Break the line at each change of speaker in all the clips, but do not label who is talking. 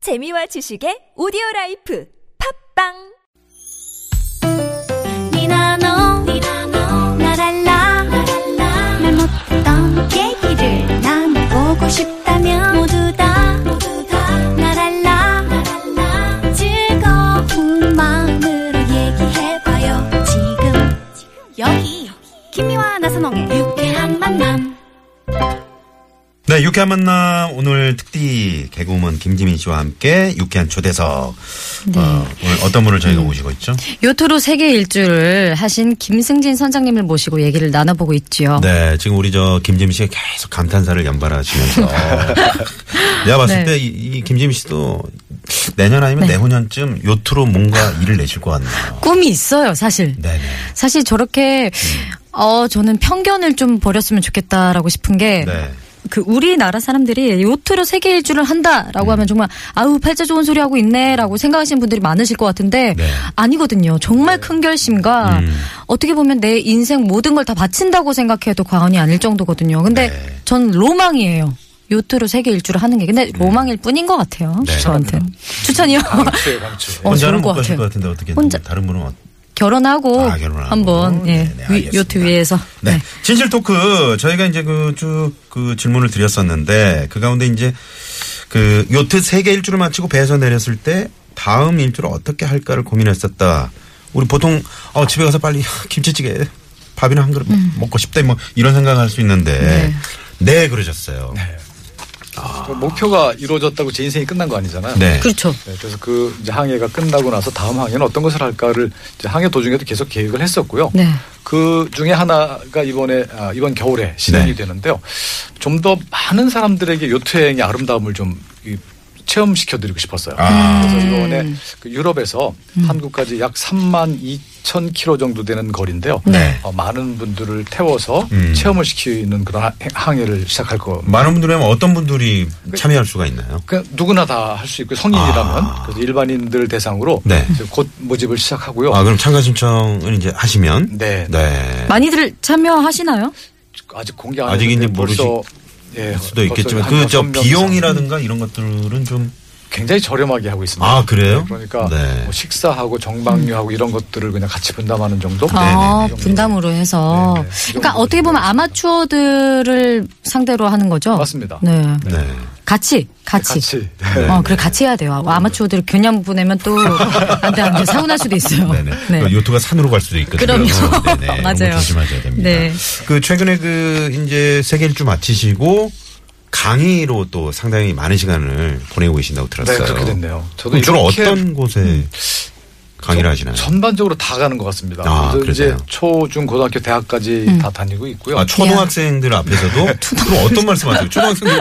재미와 지식의 오디오 라이프 팝빵
니나노 나랄라 말 못했던 얘기를 나눠보고 싶다면 모두 다 나랄라 즐거운 마음으로 얘기해봐요 지금 여기 김미와 나선홍의 유쾌한 만남
네, 유쾌한 만남 오늘 특디 개그우먼 김지민 씨와 함께 유쾌한 초대석.
네.
어, 오늘 어떤 분을
음.
저희가 모시고 있죠?
요트로 세계 일주를 하신 김승진 선장님을 모시고 얘기를 나눠보고 있지요.
네, 지금 우리 저 김지민 씨가 계속 감탄사를 연발하시면서 내가 봤을
네.
때 이 김지민 씨도 내년 아니면 내후년쯤 요트로 뭔가 일을 내실 것 같네요.
꿈이 있어요, 사실.
네, 음. 네.
사실 저렇게 어 저는 편견을 좀 버렸으면 좋겠다라고 싶은 게 그
네.
우리나라 사람들이 요트로 세계 일주를
음.
한다라고 하면 정말 아우 팔자 좋은 소리 하고 있네라고 생각하시는 분들이 많으실 것 같은데
네. 음.
아니거든요. 정말 큰 결심과 어떻게 보면 내 인생 모든 걸 다 바친다고 생각해도 과언이 아닐 정도거든요. 근데
네.
전 로망이에요. 요트로 세계 일주를 하는 게
음.
근데 로망일 뿐인 것 같아요.
네.
저한테 추천이요.
아,
어,
혼자는
좋을 것
못 가실
같아요.
것 같은데 어떻게
혼자-
다른 분은 어떻게?
결혼하고,
아, 결혼하고.
한번 예,
네, 네,
위-
알겠습니다.
요트 위에서
네.
네.
진실 토크 저희가 이제 그 쭉 그 질문을 드렸었는데 그 가운데 이제 그 요트 세계 일주를 마치고 배에서 내렸을 때 다음 일주를 어떻게 할까를 고민했었다. 우리 보통 어 집에 가서 빨리 김치찌개 밥이나 한 그릇
음.
먹고 싶다 뭐 이런 생각할 수 있는데 네, 그러셨어요. 네.
목표가 이루어졌다고 제 인생이 끝난 거 아니잖아요.
그렇죠.
네, 그래서 그 이제 항해가 끝나고 나서 다음 항해는 어떤 것을 할까를 이제 항해 도중에도 계속 계획을 했었고요.
네.
그 중에 하나가 이번에 아, 이번 겨울에
네.
실행이 되는데요. 좀 더 많은 사람들에게 요트 여행의 아름다움을 좀 이, 체험시켜드리고 싶었어요.
아.
그래서 이번에 그 유럽에서 한국까지 약 3만 2천 킬로 정도 되는 거리인데요.
네.
어, 많은 분들을 태워서
음.
체험을 시키는 그런 하- 항해를 시작할 거
많은 분들이 하면 어떤 분들이 참여할 수가 있나요?
그냥 누구나 다 할 수 있고 성인이라면
아.
그래서 일반인들 대상으로
네.
이제 곧 모집을 시작하고요.
아 그럼 참가 신청을 이제 하시면
네.
네.
많이들 참여하시나요?
아직 공개 안
아직
했는데
이제 모르실
벌써, 예,
수도
벌써
있겠지만
한
그
여섯
저
명 이상.
비용이라든가 이런 것들은 좀
굉장히 저렴하게 하고 있습니다.
아, 그래요?
네, 그러니까
네.
뭐 식사하고 정방류하고 이런 것들을 그냥 같이 분담하는 정도.
네.
아,
이 정도.
분담으로 해서.
네, 네. 이
그러니까
정도
어떻게 보면 아마추어들을 상대로 하는 거죠?
맞습니다.
네.
네.
같이, 같이.
같이. 네.
어, 그래, 같이 해야 돼요. 아마추어들을 그냥 보내면 또, 안 돼, 안 돼. 사고 날 수도 있어요.
네네. 그러니까 요트가 산으로 갈 수도 있거든요. 어,
그럼요.
네네. 이런 거
맞아요.
조심하셔야 됩니다.
네.
그 최근에 그 이제 세계 일주 마치시고 강의로 또 상당히 많은 시간을 보내고 계신다고 들었어요.
네, 그렇게 됐네요. 저도
그럼 주로
이렇게
어떤 곳에 강의를 하시나요?
전반적으로 다 가는 것 같습니다.
아,
그래서 이제
그러세요?
초, 중, 고등학교, 대학까지
음.
다 다니고 있고요.
아, 초등학생들 앞에서도 그럼 어떤 말씀하세요? 초등학생들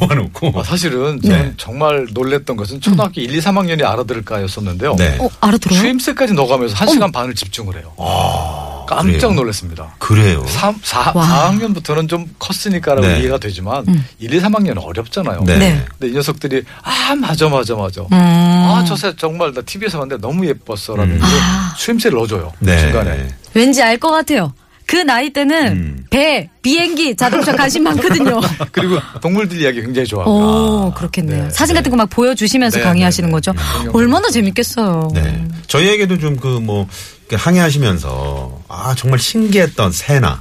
모아놓고
아, 사실은
네.
저는 정말 놀랬던 것은
음.
초등학교 1, 2, 3학년이 알아들을까였었는데요.
네.
어, 알아들어요?
추임새까지 넣어가면서 1시간 반을 집중을 해요.
아, 그래요?
깜짝 놀랐습니다.
그래요.
3,
와.
4,
음.
학년부터는좀 컸으니까라고
네.
이해가 되지만 1, 2, 3학년은 어렵잖아요.
네.
네. 음.
근데 이 녀석들이 아 맞아 맞아 맞아. 아 저새 정말 나 TV에서 봤는데 너무 예뻤어라는
아.
추임새를 넣어줘요.
음. 네.
중간에.
왠지 알 것 같아요. 그 나이 때는
음.
배, 비행기, 자동차 관심 많거든요.
그리고 동물들 이야기 굉장히
어.
좋아합니다.
오, 그렇겠네요.
네,
사진 같은 거 막 보여주시면서
네,
강의하시는
네, 네.
거죠.
네.
얼마나 재밌겠어요.
네. 저희에게도 좀 그 뭐 항해하시면서 아 정말 신기했던 새나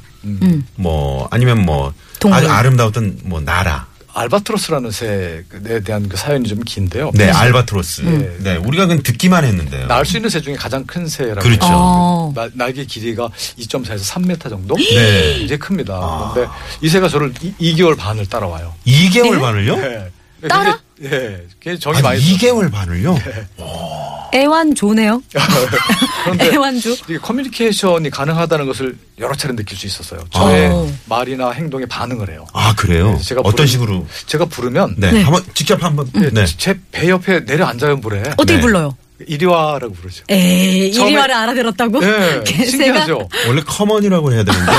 뭐 아니면 뭐
음. 동물.
아주 아름다웠던 뭐 나라
알바트로스라는 새에 대한 그 사연이 좀 긴데요.
네
음.
알바트로스 네 우리가 그냥 듣기만 했는데요.
날 수 있는 새 중에 가장 큰 새라고.
그렇죠.
어.
나- 날개 길이가 2.4에서 3m 정도?
네.
이제 큽니다. 그런데 이 새가 저를 2, 개월 반을 따라와요.
2개월 반을요?
예.
따라?
굉장히- 예. 굉장히 정이
아니,
많이 네.
2개월 반을요?
애완조네요.
그런데
애완조.
이게 커뮤니케이션이 가능하다는 것을 여러 차례 느낄 수 있었어요. 저의
어.
말이나 행동에 반응을 해요. 예,
아 그래요?
제가
어떤
부른-
식으로?
제가 부르면
네. 한번 직접 한번
음.
네.
제 배 옆에 내려앉아요, 물에.
어떻게
네.
불러요?
이리 와라고 부르죠.
에이,
처음에-
이리와를 알아들었다고?
네,
개새가?
신기하죠.
원래 커먼이라고 해야 되는데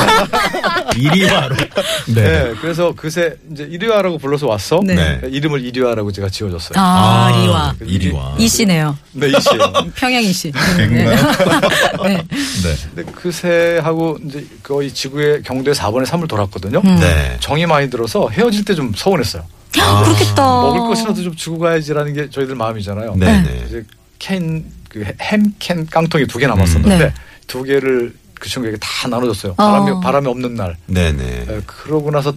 이리와로
네.
네.
그래서 그새 이제 이리와라고 불러서 왔어.
네.
네.
이름을 이리와라고 제가 지어줬어요.
아, 리와.
이리와
이 씨네요.
네, 이씨예요.
평양이 씨.
아,
네. 네.
네.
근데 그새하고 이제 거의 지구의 경도에 4분의 3을 돌았거든요.
네.
정이 많이 들어서 헤어질 때 좀 서운했어요.
아,
그렇겠다.
먹을 것이라도 좀 주고 가야지라는 게 저희들 마음이잖아요.
네네.
이제 캔그햄캔 깡통이 두 개 남았었는데
네.
두 개를 그 친구에게 다 음. 나눠줬어요.
어.
바람이 바람이 없는 날.
네네.
에, 그러고 나서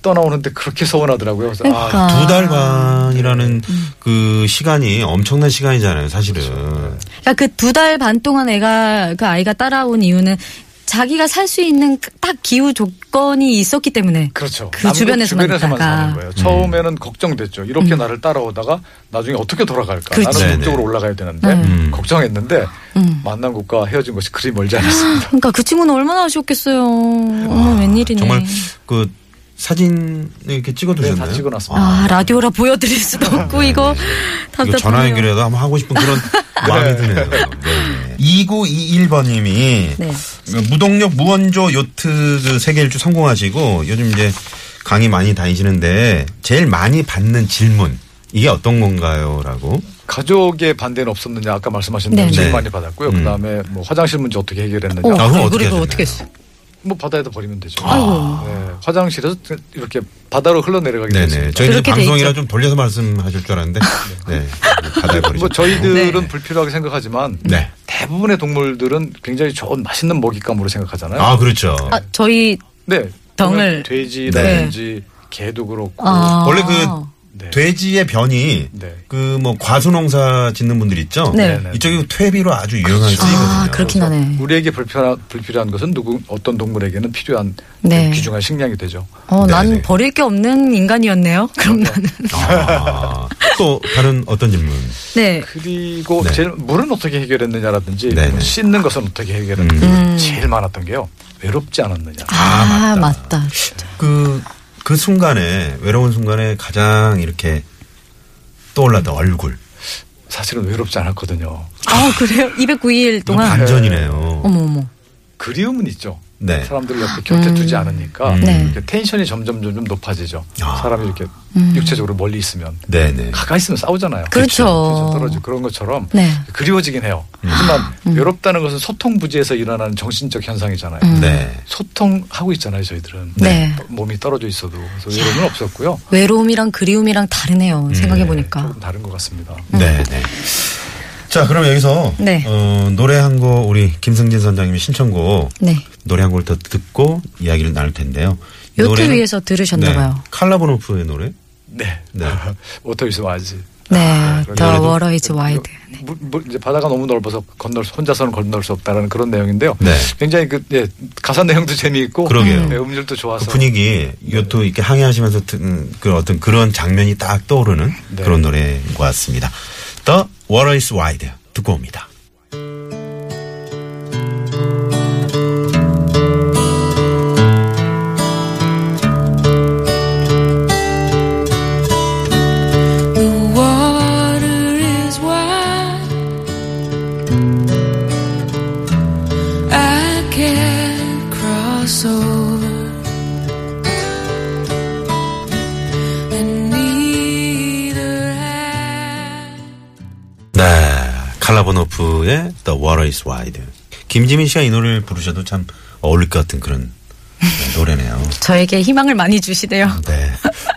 떠나오는데 그렇게 서운하더라고요. 그래서 아,
그러니까.
두 달 반이라는 그 시간이 엄청난 시간이잖아요, 사실은.
그러니까 그 두 달 반 동안 애가 그 아이가 따라온 이유는 자기가 살 수 있는 그딱 기후 조건이 있었기 때문에
그렇죠.
그
남들
주변에서만
주변에서만
있다가.
사는 거예요. 처음에는 걱정됐죠. 이렇게 나를 따라오다가 나중에 어떻게 돌아갈까?
그렇지.
나는
네네.
목적으로 올라가야 되는데
음.
걱정했는데
음.
만난 곳과 헤어진 곳이 그리 멀지 않았습니다.
그러니까 그 친구는 얼마나 아쉬웠겠어요. 어머
아,
웬일이네.
정말 그 사진 이렇게
네,
찍어두셨나요?
다 찍어놨습니다.
아 라디오라 보여드릴 수도 없고 이거
아, 네. 이거
아, 답답해요.
전화 연결해도 한번 하고 싶은 그런 마음이 드네요. 네. 2921번님이
네.
무동력 무원조 요트 그 세계 일주 성공하시고 요즘 이제 강의 많이 다니시는데 제일 많이 받는 질문 이게 어떤 건가요?라고.
가족의 반대는 없었느냐 아까 말씀하신
음. 네.
대로 제일
네.
많이 받았고요.
음.
그다음에 뭐 화장실 문제 어떻게 해결했느냐.
어,
아, 그럼 어떻게
그걸
해야
어떻게 했어?
뭐 바다에다 버리면 되죠.
아이고.
네, 화장실에서 이렇게 바다로 흘러내려가게
네네.
됐습니다.
저희는
그렇죠. 그렇게 돼
방송이라
있죠.
좀 돌려서 말씀하실 줄 알았는데. 네. 받아 버리죠.
뭐 저희들은
네.
불필요하게 생각하지만
네.
대부분의 동물들은 굉장히 좋은 맛있는 먹잇감으로 생각하잖아요.
아 그렇죠.
아 저희
네.
덩을.
돼지라든지 개도 그렇고
아.
원래 그
네.
돼지의 변이
네.
그 뭐 과수농사 짓는 분들 있죠.
네.
네네.
이쪽이 퇴비로 아주 유용하게 쓰이거든요.
아 그렇긴 하네.
우리에게 불필요한, 불필요한 것은 누구 어떤 동물에게는 필요한 그
네.
귀중한 식량이 되죠.
어,
네네.
난 버릴 게 없는 인간이었네요. 그럼 나는.
아, 또 다른 어떤 질문?
네.
그리고
네.
제일 물은 어떻게 해결했느냐라든지
네네.
뭐 씻는 것은 어떻게 해결했느냐
음.
제일 많았던 게요 외롭지 않았느냐
아, 맞다.
그, 그 순간에, 외로운 순간에 가장 이렇게 떠올랐던 얼굴.
사실은 외롭지 않았거든요
아, 그래요? 209일
이거
동안.
반전이네요.
어머, 어머.
그리움은 있죠
네.
사람들 옆에 곁에
음.
두지 않으니까
네.
이렇게 텐션이 점점 점점 높아지죠
아.
사람이 이렇게
음.
육체적으로 멀리 있으면
네네.
가까이 있으면 싸우잖아요
그렇죠.
텐션 떨어지고 그런 것처럼
네. 음. 아.
그리워지긴 해요 하지만 외롭다는 것은 소통 부재에서 일어나는 정신적 현상이잖아요
음.
네.
소통하고 있잖아요 저희들은
네.
떠- 몸이 떨어져 있어도 그래서 외로움은 없었고요
외로움이랑 그리움이랑 다르네요. 생각해보니까.
조금 다른 것 같습니다.
네네. 자, 그럼 여기서.
음. 네.
어, 노래 한 곡, 우리 김승진 선장님의 신청곡.
네.
노래 한 곡을 더 듣고 이야기를 나눌 텐데요. 이
요트
노래는- 네,
위에서 들으셨나봐요.
칼라보노프의 노래?
네.
네.
워터 이즈 와지.
네.
그래도-
The water is wide.
물, 물, 이제 바다가 너무 넓어서 건널 수- 혼자서는 건널 수 없다라는 그런 내용인데요.
네.
굉장히 그 예, 가사 내용도 재미있고
그러게요.
예, 음질도 좋아서
그 분위기 요또 이렇게 항해하시면서 듣는 그 어떤 그런 장면이 딱 떠오르는
네.
그런 노래인 것 같습니다. The Water Is Wide 듣고 옵니다.
The water is wide. I can cross over. And neither have.
네, 칼라보노프의 The Water Is Wide. 김지민 씨가 이 노래를 부르셔도 참 어울릴 것 같은 그런 네, 노래네요.
저에게 희망을 많이 주시대요.
네,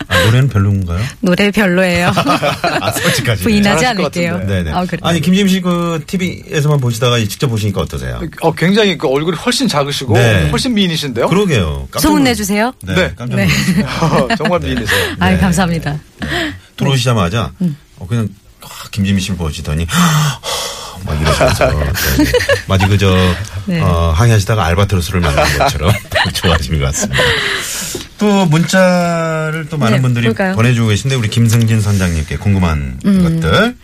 아, 노래는 별로인가요?
노래 별로예요.
아, 솔직하지.
부인하지
네. 잘하실 것
않을게요.
같은데.
네네.
아, 그래요?
아니 김지민 씨 그 TV에서만 보시다가 직접 보시니까 어떠세요?
어, 굉장히 그 얼굴이 훨씬 작으시고
네.
훨씬 미인이신데요.
그러게요. 깜짝
소문
놀랐-
내주세요.
네,
네.
깜짝 놀랐어요.
정말 미인이세요.
아유,
네.
감사합니다.
들어오시자마자
음.
어, 그냥 아, 김지민 씨를 보시더니 막 이러셔서 네, 네. 마치 그저
네.
어, 항해하시다가 알바트로스를 만난 것처럼 좋아하시는 것 같습니다. 또 문자를 또 많은
네,
분들이
볼까요? 음.
보내주고 계신데 우리 김승진 선장님께 궁금한 것들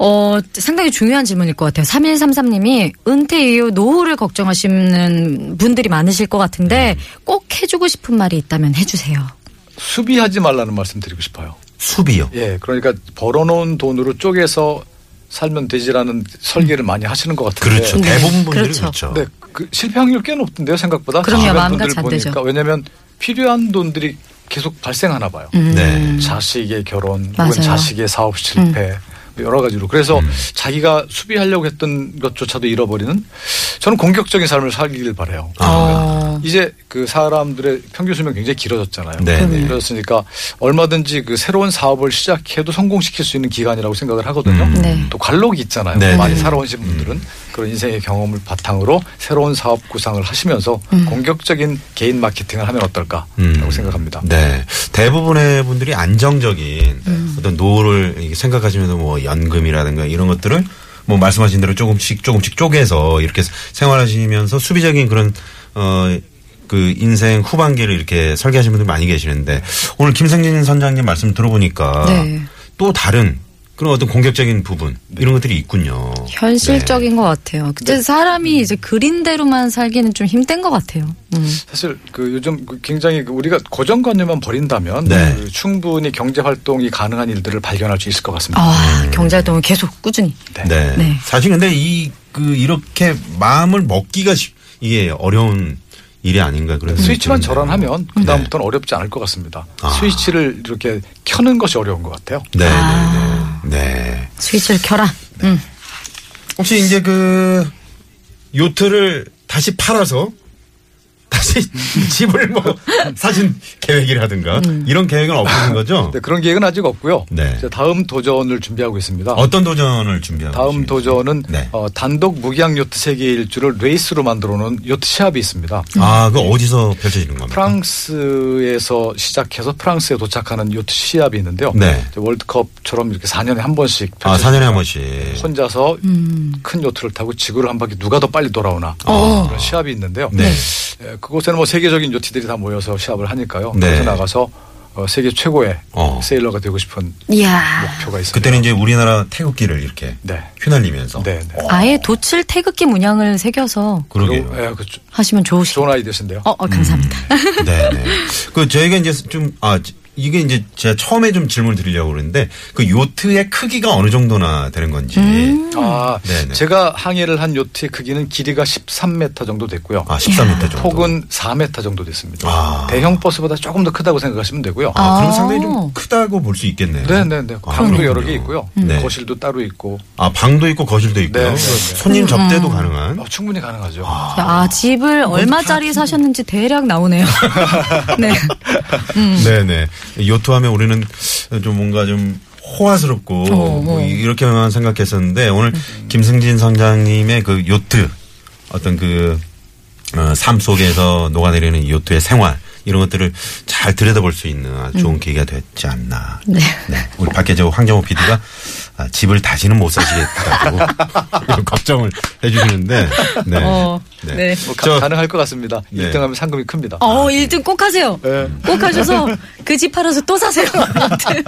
어, 상당히 중요한 질문일 것 같아요. 3133님이 은퇴 이후 노후를 걱정하시는 분들이 많으실 것 같은데 꼭 해주고 싶은 말이 있다면 해주세요.
수비하지 말라는 말씀 드리고 싶어요.
수비요.
예, 그러니까 벌어놓은 돈으로 쪼개서 살면 되지라는 설계를 많이 하시는 것 같은데.
그렇죠.
네.
대부분 분들이
그렇죠.
그렇죠.
네, 그 실패 확률 꽤 높던데요 생각보다.
그럼요,
주변
마음가짐
분들
안
보니까.
되죠.
왜냐하면 필요한 돈들이 계속 발생하나 봐요.
네.
자식의 결혼,
음. 맞아요. 음.
혹은 자식의 사업 실패 뭐 여러 가지로. 그래서
음.
자기가 수비하려고 했던 것조차도 잃어버리는 저는 공격적인 삶을 살기를 바래요.
아.
어,
이제 그 사람들의 평균 수명 이 굉장히 길어졌잖아요.
네, 네.
그렇으니까 얼마든지 그 새로운 사업을 시작해도 성공시킬 수 있는 기간이라고 생각을 하거든요.
음.
네.
또 관록이 있잖아요.
네,
많이
네.
살아오신 분들은 그런 인생의 경험을 바탕으로 새로운 사업 구상을 하시면서 공격적인 개인 마케팅을 하면 어떨까라고
음.
생각합니다.
네. 대부분의 분들이 안정적인
음.
어떤 노후를 이렇게 생각하시면서 뭐 연금이라든가 이런 것들을 뭐 말씀하신 대로 조금씩 조금씩 쪼개서 이렇게 생활하시면서 수비적인 그런 어 그 인생 후반기를 이렇게 설계하시는 분들 많이 계시는데 오늘 김생진 선장님 말씀 들어보니까
네.
또 다른 그런 어떤 공격적인 부분 이런 것들이 있군요.
현실적인 것 같아요. 그때 사람이 이제 그린대로만 살기는 좀 힘든 것 같아요. 음.
사실 그 요즘 그 굉장히 그 우리가 고정관념만 버린다면
네.
그 충분히 경제 활동이 가능한 일들을 발견할 수 있을 것 같습니다.
아, 경제활동을 계속 꾸준히.
네.
네.
네.
사실 근데 이 그 이렇게 마음을 먹기가 쉽- 이게 어려운 일이 아닌가 그런 생각이
네. 스위치만
드는데요.
절연하면 그 다음부터는 어렵지 않을 것 같습니다.
음. 네. 아.
스위치를 이렇게 켜는 것이 어려운 것 같아요.
네. 네,
아.
네. 네.
스위치를 켜라. 음.
혹시 이제 그 요트를 다시 팔아서 다시 집을 뭐 사신 계획이라든가 이런 계획은 없으신 거죠?
음. 네, 그런 계획은 아직 없고요.
네.
이제 다음 도전을 준비하고 있습니다.
어떤 도전을 준비하고
다음
계십니까?
도전은
네.
어, 단독 무기양 요트 세계 일주를 레이스로 만들어 놓은 요트 시합이 있습니다.
아, 그 어디서 펼쳐지는 겁니까?
프랑스에서 시작해서 프랑스에 도착하는 요트 시합이 있는데요.
네.
이제 월드컵처럼 이렇게 4년에 한 번씩
아,
펼쳐집니다.
4년에 한 번씩.
혼자서 큰 요트를 타고 지구를 한 바퀴 누가 더 빨리 돌아오나 그런 시합이 있는데요.
네.
예, 그곳에는 뭐 세계적인 요티들이 다 모여서 시합을 하니까요.
네.
거기서 나가서 어, 세계 최고의
어.
세일러가 되고 싶은
이야.
목표가 있습니다.
그때는 이제 우리나라 태극기를 이렇게
네.
휘날리면서
네, 네.
아예 도칠 태극기 문양을 새겨서
어, 그러게요.
그리고, 예, 그 조-
하시면 좋으시겠
좋은 아이디어신데요.
어, 어, 감사합니다.
네, 네. 그 저희가 이제 좀 아 이게 이제 제가 처음에 좀 질문 드리려고 그러는데 그 요트의 크기가 어느 정도나 되는 건지.
아,
네, 네.
제가 항해를 한 요트의 크기는 길이가 13m 정도 됐고요.
아, 13m 정도.
폭은 4m 정도 됐습니다.
아.
대형 버스보다 조금 더 크다고 생각하시면 되고요.
아, 그럼
아.
상당히 좀 크다고 볼 수 있겠네요.
네네네.
아,
방도 여러
그렇군요.
개 있고요.
네.
거실도 따로 있고
아, 방도 있고 거실도 있고요.
네, 네, 네.
손님 접대도 가능한.
어, 충분히 가능하죠.
아, 집을 얼마짜리 사셨는지 대략 나오네요. 네. 음.
네, 네. 요트 하면 우리는 좀 뭔가 좀 호화스럽고
어,
뭐
어.
이렇게만 생각했었는데 오늘 김승진 선장님의 그 요트 어떤 그 어, 삶 속에서 녹아내리는 이 요트의 생활 이런 것들을 잘 들여다볼 수 있는 아주 좋은 계기가 됐지 않나.
음. 네.
우리 박계조 황정호 PD가 아, 집을 다시는 못 사시겠다고 이런 걱정을 해주시는데. 네.
어, 네.
뭐 가,
저,
능할것 같습니다.
네.
1등하면 상금이 큽니다.
어, 1등 꼭 하세요.
예.
네.
꼭 하셔서 그 집 팔아서 또 사세요. 아무튼.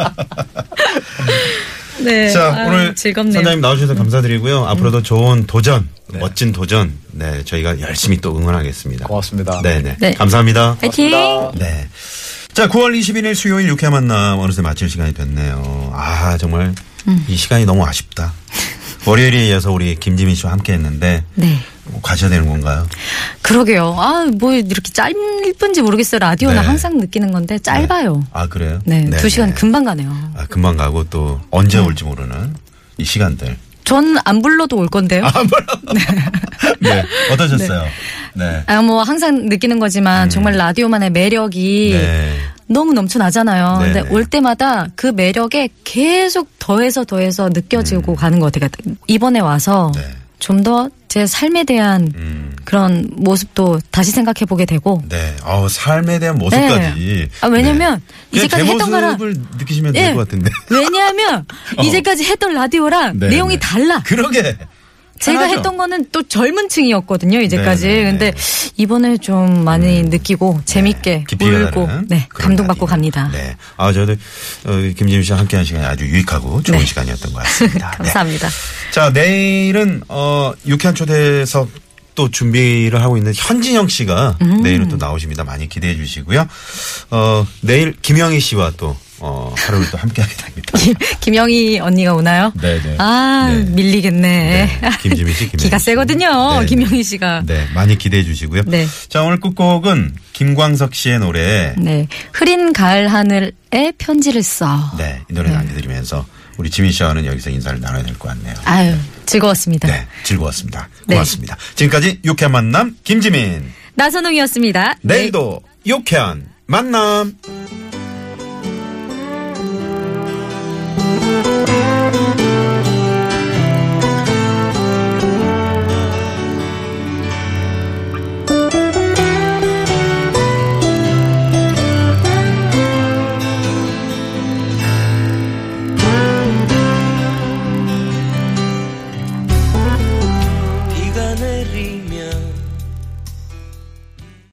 네.
자,
아유,
오늘
즐겁네요. 음.
선장님 나와주셔서 감사드리고요. 앞으로도 좋은 도전, 멋진 도전, 네 저희가 열심히 또 응원하겠습니다.
고맙습니다.
네네.
네.
감사합니다.
파이팅!
네. 자, 9월 21일 수요일 육회 만남 어느새 마칠 시간이 됐네요. 아 정말
음.
이 시간이 너무 아쉽다. 월요일에 이어서 우리 김지민 씨와 함께했는데
네.
뭐 가셔야 되는 건가요?
그러게요. 아, 뭐 이렇게 짧은지 모르겠어요. 라디오는
네.
항상 느끼는 건데 짧아요.
아 그래요?
네. 두 시간
네.
금방 네. 가네요.
아, 금방 가고 또 언제 올지 모르는 이 시간들.
전 안 불러도 올 건데요.
아. 네. 어떠셨어요? 네.
아, 뭐 항상 느끼는 거지만 정말 라디오만의 매력이
음. 네.
너무 넘쳐나잖아요.
네,
근데
네.
올 때마다 그 매력에 계속 더해서 더해서 느껴지고 가는 것 같아요. 이번에 와서
음. 네.
좀 더 제 삶에 대한
음.
그런 모습도 다시 생각해 보게 되고.
네. 어 삶에 대한 모습까지.
네. 아, 왜냐면
네. 그냥
이제까지
제
했던 거랑
모습을 느끼시면
예.
될 것 같은데.
왜냐하면 이제까지 했던 라디오랑
네,
내용이
네.
달라.
그러게.
제가
편하죠?
했던 거는 또 젊은 층이었거든요 이제까지.
네, 네, 네.
근데 이번에 좀 많이 느끼고 재밌게
깊이가
울고
다른
네,
그런
감동받고
날이에요.
갑니다.
네. 아, 저도 어, 김지민 씨와 함께한 시간이 아주 유익하고 좋은
네.
시간이었던 것 같습니다. 네.
감사합니다.
자, 내일은 어 유쾌한 초대석 또 준비를 하고 있는 현진영 씨가
음.
내일은 또 나오십니다. 많이 기대해 주시고요. 어 내일 김영희 씨와 또 어, 하루를 또 함께하게 됩니다.
예. 김영희 언니가 오나요?
네, 네.
아
네.
밀리겠네.
네, 김지민 씨, 김영희
기가
씨.
세거든요.
네, 네.
김영희 씨가.
네, 많이 기대해 주시고요.
네.
자, 오늘 끝곡은 김광석 씨의 노래
네. 흐린 가을 하늘에 편지를 써.
네, 이 노래 남겨드리면서 우리 지민 씨와는 여기서 인사를 나눠야 될 것 같네요.
아유 즐거웠습니다.
네, 즐거웠습니다.
네.
고맙습니다. 지금까지 유쾌한 만남 김지민.
나선홍이었습니다. 네,
내일도 유쾌한 만남.